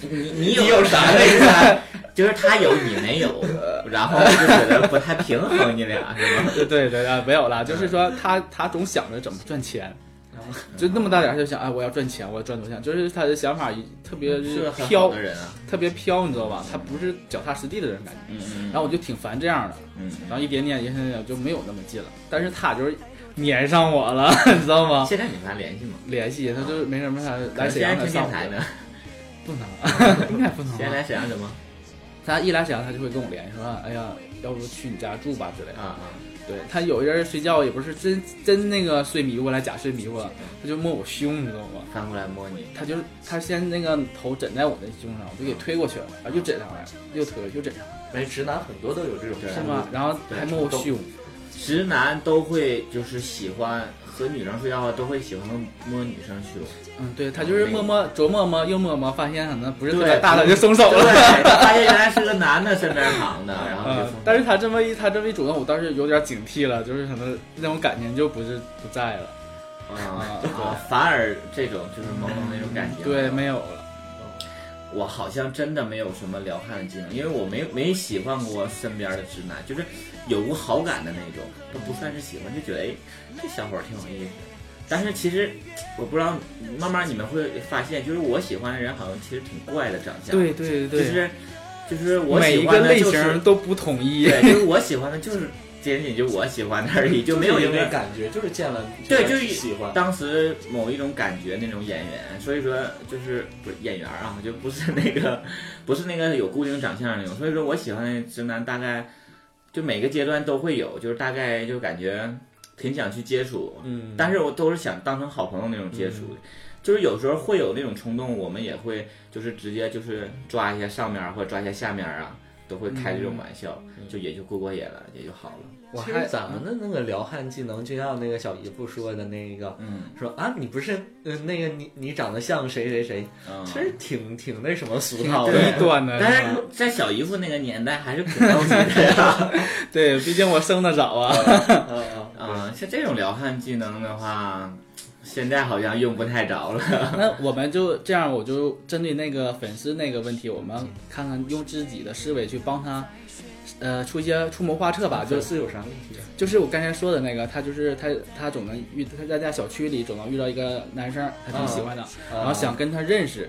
你你你有啥内在？就是他有你没有， 然后就觉得不太平衡，你俩是吗？ 对对对啊，没有啦，就是说他他总想着怎么赚钱， 就那么大点儿就想哎我要赚钱，我要赚多少钱，就是他的想法一特别是个很好飘的，人啊。特别飘，你知道吧？他不是脚踏实地的人感觉。嗯嗯然后我就挺烦这样的，嗯。然后一点点也也就没有那么近了，但是他就是粘上我了， 你知道吗？现在你们还联系吗？联系他就是没什么啥可来能沈现在阳他听上我电台呢，不能，啊 应该不能现在吧。来沈阳什么？他一来沈阳他就会跟我联系说，哎呀，要不去你家住吧之类的。啊啊！对他有一人睡觉也不是真真那个睡迷糊了，假睡迷糊了，他就摸我胸，你知道吗？ 翻过来摸你，他就是他先那个头枕在我的胸上，我就给推过去了，啊，又枕上来，又推又枕上来，哎，直男很多都有这种，是吗？？然后还摸我胸，直男都会就是喜欢和女生睡觉的话，都会喜欢摸女生 胸。嗯，对他就是摸摸琢磨摸又摸摸，发现可能不是特别大的就松手了。对，他发现原来是个男的身边躺的，然后就嗯松手，但是他这么一他这么一主动，我倒是有点警惕了，就是可能那种感情就不是不在了，啊，啊反而这种就是萌萌那种感觉。对，没有了，我好像真的没有什么撩汉的技能，因为我没没喜欢过身边的直男，就是有过好感的那种，都不算是喜欢，就觉得哎，这小伙儿挺有意思。但是其实我不知道，慢慢你们会发现，就是我喜欢的人好像其实挺怪的长相，，对对就对，是就是我每喜一个欢的类就是型都不统一，对，就是我喜欢的就是仅仅就我喜欢的而已，就没有一因个为感觉，就是见了对，就就是喜欢。当时某一种感觉那种演员，所以说就是不是演员啊，就不是那个 不是那个有固定长相那种，所以说我喜欢的直男大概就每个阶段都会有，就是大概就感觉挺想去接触，嗯，但是我都是想当成好朋友那种接触的。就是有时候会有那种冲动，我们也会就是直接就是抓一下上面儿或者抓一下下面儿啊，都会开这种玩笑，就也就过过瘾了，也就好了。我其还实咱们的那个撩汉技能，就像那个小姨夫说的那个，嗯，说啊，你不是嗯、呃那个你你长得像谁谁谁，嗯其实挺挺那什么俗挺套的。低端的，吧但是在小姨夫那个年代还是挺高级的 呀。对，毕竟我生的早啊。啊啊啊、像这种撩汉技能的话，现在好像用不太着了。那我们就这样，我就针对那个粉丝那个问题，我们看看用自己的思维去帮他，呃，出一些出谋划策吧。就粉啊丝有啥问题？啊就是我刚才说的那个，他就是他他总能遇他在家小区里总能遇到一个男生，他挺喜欢的，然后想跟他认识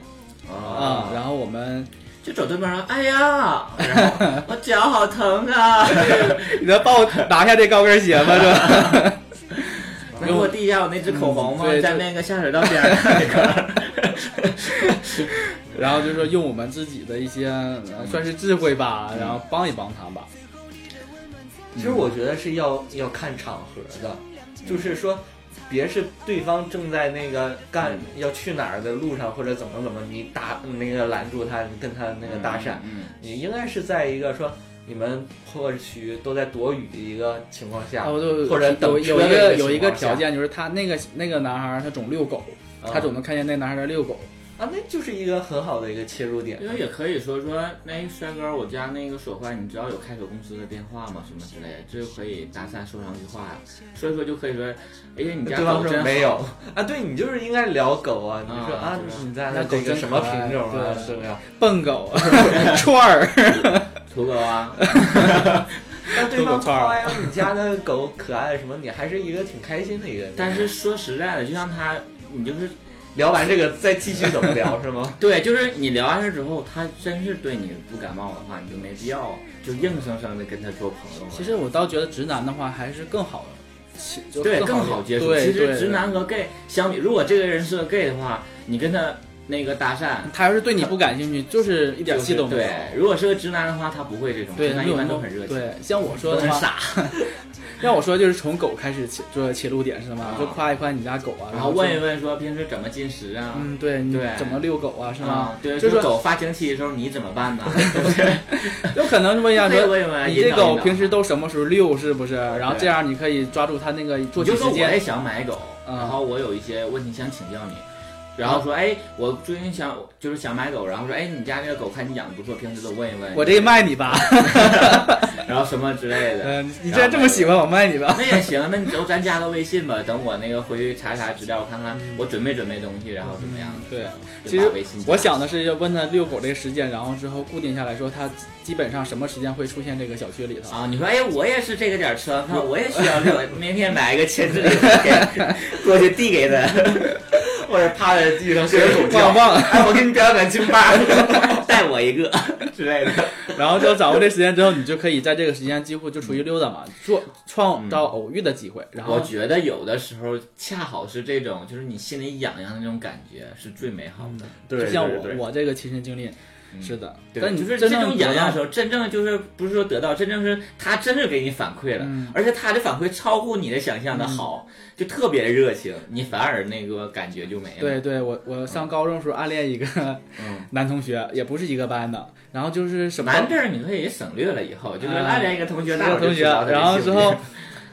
啊、然后我们就走对面说：“哎呀，然 后我脚好疼啊！你能帮我拿下这高跟鞋 吗？是吧？能给我递一下我那只口红吗嗯？对在那个下水道边儿那个。然后就说用我们自己的一些、呃算是智慧嗯吧，然后帮一帮他吧。其实我觉得是要要看场合的，就是说，别是对方正在那个干要去哪儿的路上或者怎么怎么，你搭那个拦住他，你跟他 那个搭讪，嗯，你应该是在一个说你们或许都在躲雨的一个情况下，啊，我就或者有等有车一的个有一个情况条，下件，就是他那个那个男孩儿他总遛狗，他嗯啊总能看见那男孩儿在 遛狗。啊，那就是一个很好的一个切入点啊因。为也可以说说，那帅哥，我家那个锁坏，你知道有开锁公司的电话吗？什么之类的，这就可以搭讪说上句话呀。所以说就可以说，哎呀，你家对方狗真说好没有啊，对你就是应该聊狗啊，你就说啊啊对，你在那狗这个真什么可爱品种啊，对是 不是？笨狗串儿，土狗啊，但对方狗串儿夸呀，你家的狗可爱什么，你还是一个挺开心的一个人。但是说实在的，就像他，你就是聊完这个再继续怎么聊是吗？对，就是你聊完事之后，他真是对你不感冒的话，你就没必要就硬生生的跟他做朋友了。其实我倒觉得直男的话还是更好，其就对更更好接触。对其实对直男和 gay 相比，如果这个人是个 gay 的话，你跟他那个搭讪，他要是对你不感兴趣，就是一点就是戏都没有。对，如果是个直男的话，他不会这种，对，直男没一有般那都么很热情，对，像我说都的话，很傻， 像我说就是从狗开始切，就是切入点是吗啊？就夸一夸你家狗啊，然后问就，一问说平时怎么进食啊。嗯，对，你对怎么遛狗啊，是啊吗？，对，就就是狗发情期的时候你怎么办呢？ 有可能是问一下可以说，问一问，你引这导狗引导平时都什么时候遛，是不是？然后对这样你可以抓住它那个作你息就说时我也间。想买狗，嗯然后我有一些问题想请教你，然后说，哎，我最近想就是想买狗，然后说，哎，你家那个狗看你养的不错，平时都问一问，我这卖你 吧，然后什么之类的，嗯， 你既然这么喜欢我，卖你吧。 那也行，那你就咱加个微信吧，等我那个回去查查资料，我看看我准备准备东西，然后怎么样？对，嗯其就把实微信加我想的是要问他遛狗这个时间，然后之后固定下来说他基本上什么时间会出现这个小区里头。啊，你说，哎，我也是这个点儿吃完饭，我也需要遛，明天买一个千字 礼盒给过去递给他，或者趴在地上学狗旺叫， 旺，哎，我给你表演京巴， 带我一个之类的。然后就掌握这时间之后，你就可以在这个时间几乎就出去溜达嘛，做创造偶遇的机会。然嗯我后觉得有的时候恰好是这种，就是你心里痒痒的那种感觉是最美好的。对就像我对对我这个亲身经历，是的，嗯对但你就是这真正种演得亮到的时候，真正就是不是说得到，真正是他真是给你反馈了，嗯而且他的反馈超乎你的想象的好，就特别热情，你反而那个感觉就没了。对，对，我我上高中的时候暗恋一个嗯，男同学，也不是一个班的，然后就是什么男字儿你可以省略了，以后就是啊暗恋一个同学，大那伙个同儿就学，知道他的然后性之别 后，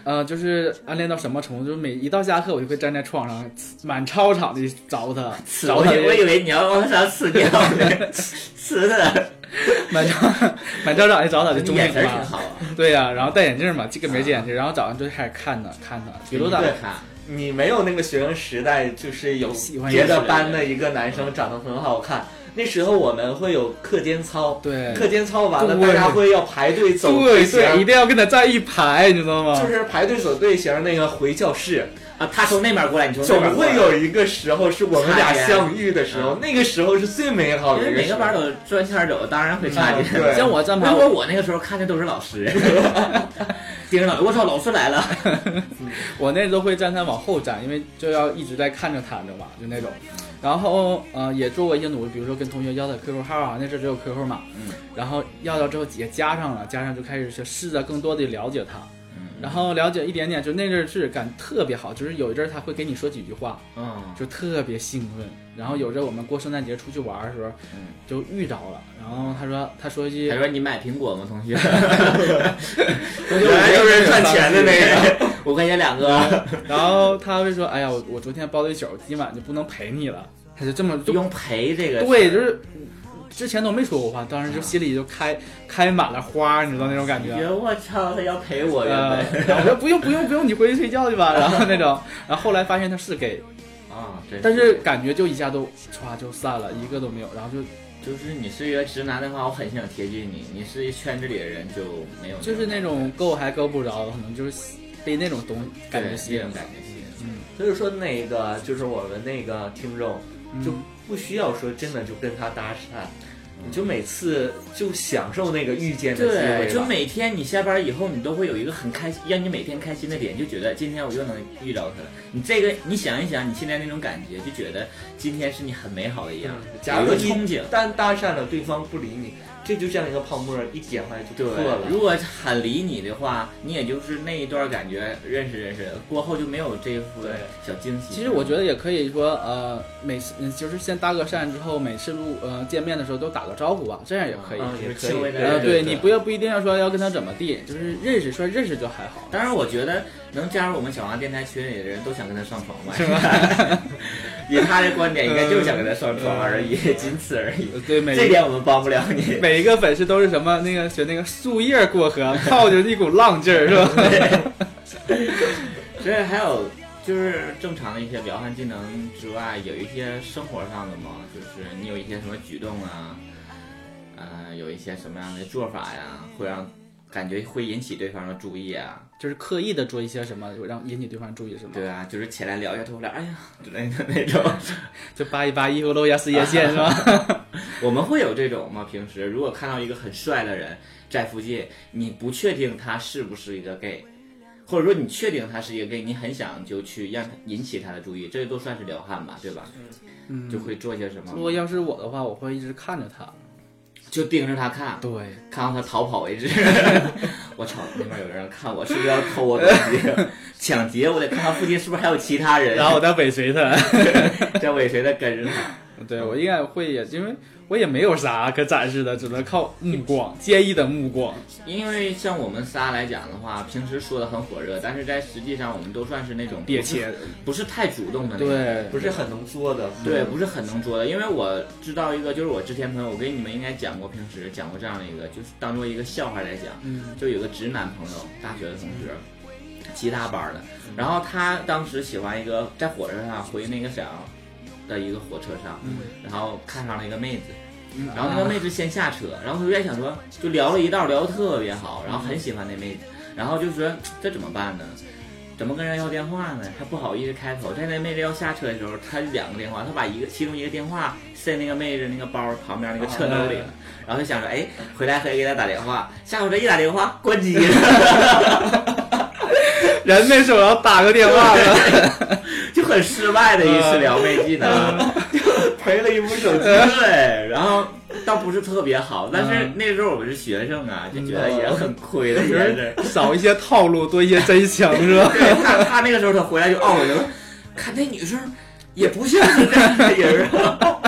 呃，就是暗恋到什么程度，就是每一到下课，我就会站在窗上，满操场的找他，刺，找 我他以我以的，为你要往上刺掉呢， 刺的，满操满操场的找他的你踪眼影神儿挺嘛。好啊，对呀、然后戴眼镜嘛，这个没眼镜，然后早上就开始看他，看他，比如大他，看，你没有那个学生时代，就是有喜欢别的班的一个男生长得很好看。那时候我们会有课间操，对课间操完了对大家会要排队走队对形，对，一定要跟他站一排，你知道吗？就是排队走队形那个回教室，啊，他从那边过来，你从那总边过会来。有一个时候是我们俩擦边相遇的时候，那个时候是最美好因的为一个每个时候班。都专圈走，当然会看见。嗯对像我站如旁，果我那个时候看的都是老师，盯着老师，我操，老师来了，我那都会站他往后站，因为就要一直在看着他，你知道吧？就那种。然后呃，也做过一些努力，比如说跟同学要他 QQ 号啊，那时候只有 QQ 嘛。嗯。然后要到之后也加上了，加上就开始去试着更多的了解他，嗯然后了解一点点，就那阵儿是感特别好，就是有一阵儿他会给你说几句话，嗯，就特别兴奋。然后有阵儿我们过圣诞节出去玩儿的时候嗯，就遇着了，然后他说他说一句他，说你买苹果吗， 同学？同学我原来就是这赚钱的那个，五块钱两个，然后他会说，哎呀，我我昨天包了一宿，今晚就不能陪你了。他就这么就用陪这个词儿，对，就是之前都没说过话，当时就心里就开、开满了花，你知道那种感觉觉。得我操，他要陪我原呃，本然后我说不用不用不用，你回去睡觉去吧。然后那种，然后后来发现他是 gay，嗯啊，真但是感觉就一下都歘就散了，一个都没有。然后就就是你是一个直男的话，我很想贴近你；你是一圈子里的人就没有种感觉，就是那种勾还勾不着，可能就是被那种东西感觉吸对引那种。感觉吸引。所以说那个就是我们那个听众嗯就不需要说真的就跟他搭讪，你就每次就享受那个遇见的机会对，吧就每天你下班以后，你都会有一个很开心，让你每天开心的点，就觉得今天我又能遇到他了。你这个，你想一想，你现在那种感觉，就觉得今天是你很美好的一样，嗯假如有一你个憧憬。嗯单搭讪了对方不理你，这就像一个泡沫儿，一点回来就对破了，。嗯如果很理你的话，你也就是那一段感觉认识认识，过后就没有这一副对小惊喜。其实我觉得也可以说，呃，每次嗯就是先搭个讪之后，每次路呃见面的时候都打个招呼吧，这样也可以。啊就是也可以轻微的呃，认识对你不要不一定要说要跟他怎么地，就是认识说认识就还好。当然，我觉得能加入我们小王电台群里的人都想跟他上床吧？ 以他的观点，应该就是想跟他上嗯床而已，仅此而已。呃对，每这点我们帮不了你。 每一个粉丝都是什么那个学那个树叶过河，靠着一股浪劲儿是吧？ 所以还有就是正常的一些撩汉技能之外，有一些生活上的嘛，就是你有一些什么举动啊，呃，有一些什么样的做法呀，会让感觉会引起对方的注意啊。就是刻意的做一些什么，让引起对方注意是吗？对啊，就是起来聊一下头发，哎呀之类的那种。 就扒一扒衣服露一下事业线是吧？我们会有这种吗？平时如果看到一个很帅的人在附近，你不确定他是不是一个 gay，或者说你确定他是一个 gay，你很想就去让他引起他的注意，这都算是撩汉吧，对吧？嗯就会做些什 如果么？要是我的话，我会一直看着他。就盯着他看，对，看到他逃跑为止。 我操，那边有人看我，是不是要偷我东西？ 抢劫，我得看看附近是不是还有其他 人，然后我再尾随他。在尾随的跟着他。对我应该会也，因为我也没有啥可展示的，只能靠目光，坚毅的目光。因为像我们仨来讲的话，平时说的很火热，但是在实际上我们都算是那种别切，不是太主动的那种。对，不是很能作的。嗯对，不是很能捉的，因为我知道一个，就是我之前朋友，我跟你们应该讲过，平时讲过这样的一个，就是当做一个笑话来讲，嗯就有个直男朋友，大学的同学，其他班儿的，然后他当时喜欢一个，在火车上回那个沈阳的一个火车上，然后看上了一个妹子，嗯然后那个妹子先下车，然后他就在想说，就聊了一道，聊得特别好，然后很喜欢那妹子，然后就说这怎么办呢？怎么跟人要电话呢？还不好意思开口。在那妹子要下车的时候，他两个电话，他把一个其中一个电话塞那个妹子那个包旁边那个车兜里了，然后就想着，哎，回来可以给她打电话。下火车一打电话，关机了，人没手，然后打个电话了。就很失败的一次撩妹技能。赔了一部手机。对，然后倒不是特别好，但是嗯那时候我们是学生啊，就觉得也很亏的一就件事是。少一些套路，多一些真情，是吧？对他，他那个时候他回来就懊悔了，看那女生也不像是这样的人 啊。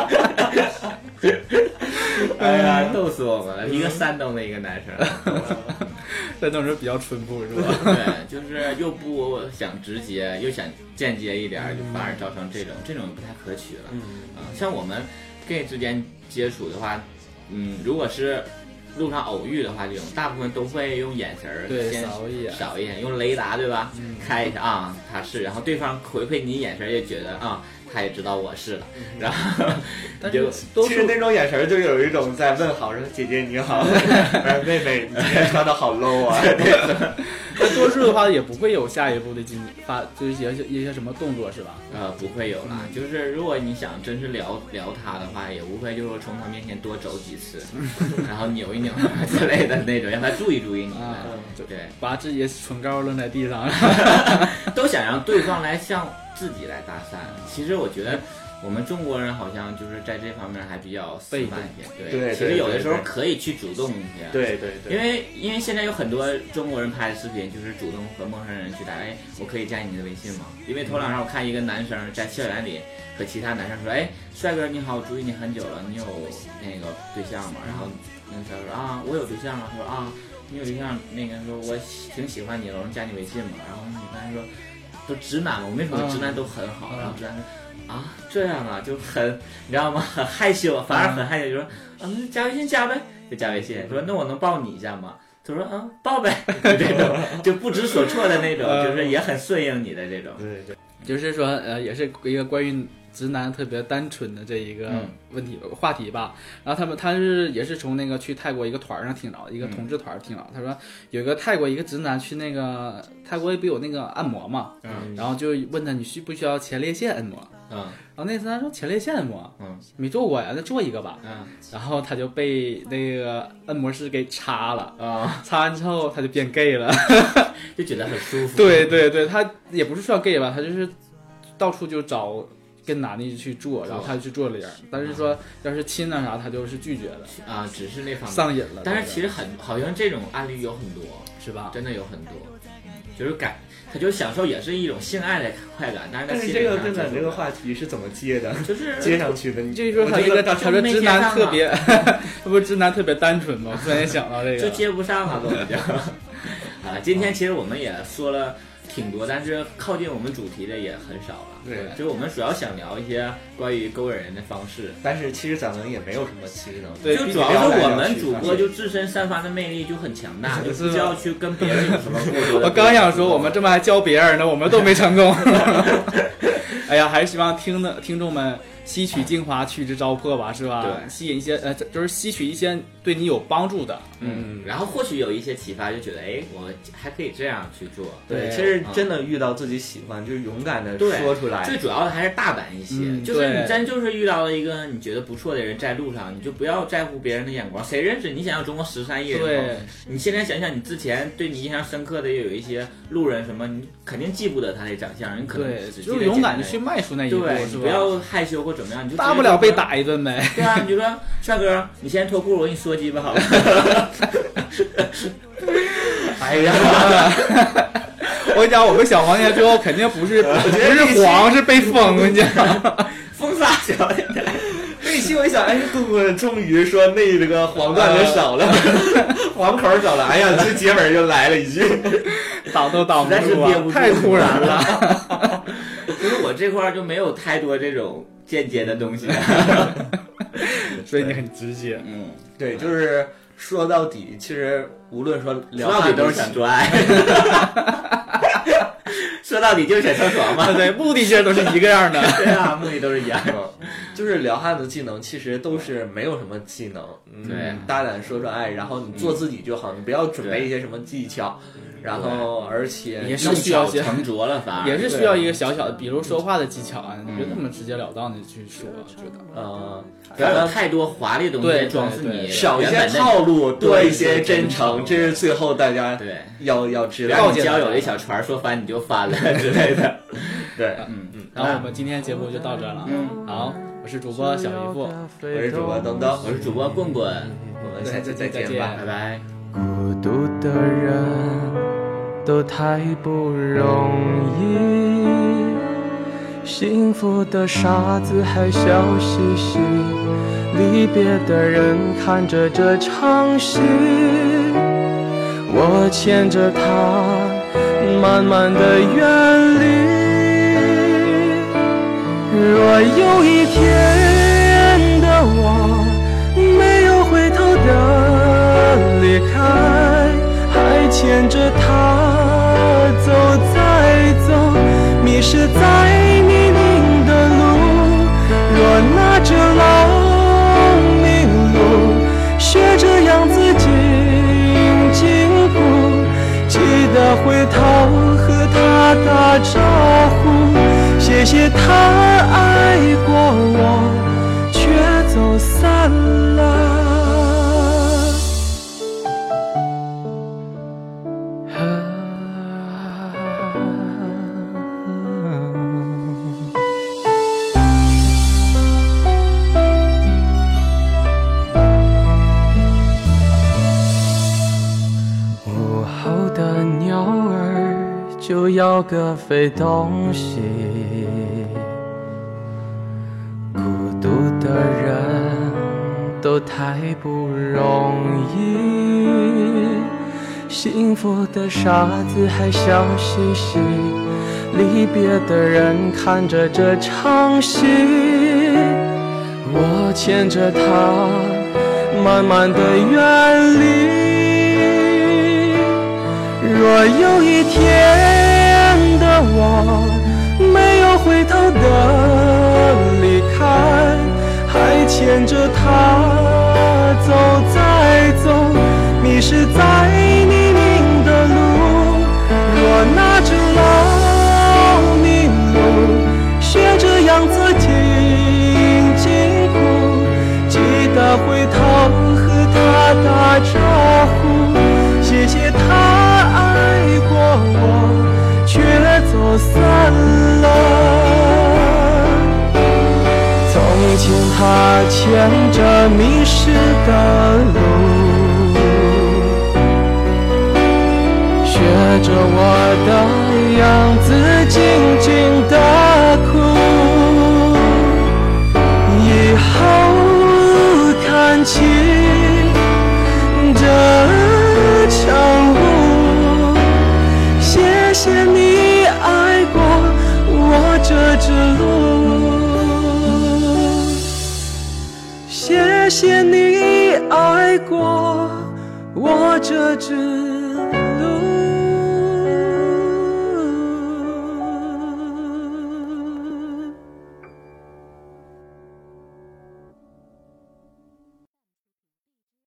哎呀，逗死我们了！一个山东的一个男生，在那时候比较淳朴，是吧？对，就是又不想直接，又想间接一点儿，就反而造成这种，这种不太可取了。嗯，啊、像我们 gay 之间接触的话，嗯，如果是路上偶遇的话，这种大部分都会用眼神儿对先扫一眼嗯扫一眼，用雷达对吧？开一下啊，他是，然后对方回馈你眼神儿也觉得啊、他也知道我是了，然后你就都其嗯实是那种眼神就有一种在问好，说姐姐你 好，哎妹妹你今天穿的好 low 啊，那多数的话也不会有下一步的进发，就是一些一些什么动作，是吧？呃不会有啦。嗯就是如果你想真是聊聊他的话，也无非就是说从他面前多走几次，嗯然后扭一扭啊之类的那种，让他注意注意你们。啊，就对，把自己的唇膏扔在地上，都想让对方来向自己来搭讪。其实我觉得我们中国人好像就是在这方面还比较死板一些。对，对对其实有的时候对对可以去主动一些。。对对对，因为因为现在有很多中国人拍的视频，就是主动和陌生人去搭，哎，我可以加你的微信吗？因为头两天我看一个男生在校园里和其他男生说，哎，帅哥你好，我注意你很久了，你有那个对象嗯吗？然后那个帅哥说啊，我有对象了。他说啊，你有对象？那个人说我喜挺喜欢你的，我能加你微信吗？然后那男生说，都直男嘛，我没说嗯直男都很好。嗯然后直男说。啊，这样啊，就很，你知道吗？很害羞，反而很害羞，就说，嗯，加微信加呗，嗯就加微信，说那我能抱你一下吗？他说嗯，抱呗， 就这种就不知所措的那种，嗯就是也很顺应你的这种。对对就是说，呃，也是一个关于直男特别单纯的这一个嗯问题、话题吧。然后他们他是也是从那个去泰国一个团儿上听到的，一个嗯同志团儿听到的，他说有一个泰国一个直男去那个泰国不有那个按摩嘛，嗯然后就问他你需不需要前列腺按摩？嗯然后那直男说前列腺按摩嗯没做过呀，那做一个吧。嗯然后他就被那个按摩师给插了。啊，擦完之后他就变 gay 了，就觉得很舒服。对对对，他也不是算 gay 吧，他就是到处就找跟男的去做，然后他就去做零，但是说要是亲啊啥，他就是拒绝的，啊，只是那方面。上瘾了。但这是个其实很，好像这种案例有很多，是吧？真的有很多，就是感，他就享受也是一种性爱的快感，但是在但是心这理个上跟接受咱这不个了话题是怎么接的？就是 接上去的，你就是说他这个，我觉得他说就没直接男上特嘛别， 他不是直男特别单纯吗？突然间想到这啊就个，接不上了，根本 就。啊，今天其实我们也说了挺多，但是靠近我们主题的也很少了。对就是我们主要想聊一些关于勾引人的方式。但是其实咱们也没有什么其实能对就毕主竟要聊来是我聊们去主发播现就自身散发的魅力就很强 大，就是不需要去跟别人有什么过多的。我刚想说，我们这么还教别人呢，我们都没成 功。 哎呀，还是希望听的听众们吸取精华，去之糟粕吧，是吧？对吸引一些呃，就是吸取一些对你有帮助的。嗯，然后或许有一些启发，就觉得哎，我还可以这样去做。对，对啊其实真的遇到自己喜欢，就是勇敢的对，说出来。最主要的还是大胆一些，嗯就是对你真就是遇到了一个你觉得不错的人，在路上你就不要在乎别人的眼光，谁认识你？想想中国十三亿人口，对，你现在想想你之前对你印象深刻的有一些路人什么，你肯定记不得他的长相，你可能对，只记就得是勇敢的简去单迈出那一的。步，对，是你吧？不要害羞或怎么样，你就大不了被。打一顿 呗。对啊，你就说帅哥，你先脱裤子，我给你说鸡巴 好了。哎呀， 我跟你讲，我跟小黄爷最后肯定不是不是黄，是被封。我跟你 讲，封杀小这一期我一想，哎，我终于说那这个黄段子少了， 黄口少了，哎呀，这结尾就来了一句，挡都挡实在是住憋不啊，住，太突然了。了。其实我这块儿就没有太多这种间接的东西。 所以你很直接，嗯，对，就是说到底，其实无论说聊说到底都是想做爱。说到底就是想上床嘛。 对，目的其实都是一个样的。 对啊，目的都是一样。就是撩汉子技能，其实都是没有什么技能，嗯对大胆说说爱，然后你做自己就好，你不要准备一些什么技巧，然后而且也是弄需要巧些成拙了，反而 也是需要一个小小的，比如说话的技巧啊，你别这么直截了当的去说，我觉得。呃，不要咱有们太多华丽的东对西装饰对你对少一原些本的套路，多一些真对诚，对这是最后大家对。要要知然后道告你诫交大家友的小船说翻你 就翻了之类的，对。嗯嗯，嗯然后我们今天节目就到这了，好，我是主播小姨夫，嗯我是主播东东，我是主播棍棍，我们下次再见吧，拜拜。孤独的人都太不容易，幸福的傻子还笑嘻嘻，离别的人看着这场戏，我牵着他慢慢的远离。若有一天的我没有回头的离开，还牵着她走再走，迷失在泥泞的路。若那只老麋鹿学着样子紧紧步，记得回头和她打招呼，谢谢她爱过我。却走散了。啊午后的鸟儿就要各飞东西。孤独的人都太不容易，幸福的傻子还笑嘻嘻，离别的人看着这场戏，我牵着他慢慢的远离。若有一天的我没有回头的离开，还牵着她走再走，迷失在泥泞的路。若那只老麋鹿学着样子紧紧哭，记得回头和她打招呼，谢谢她爱过我，却走散了。从前他牵着迷失的鹿，学着我的样子静静的哭。以后看清这场雾，谢谢你爱过我这只鹿，谢谢你爱过我这只。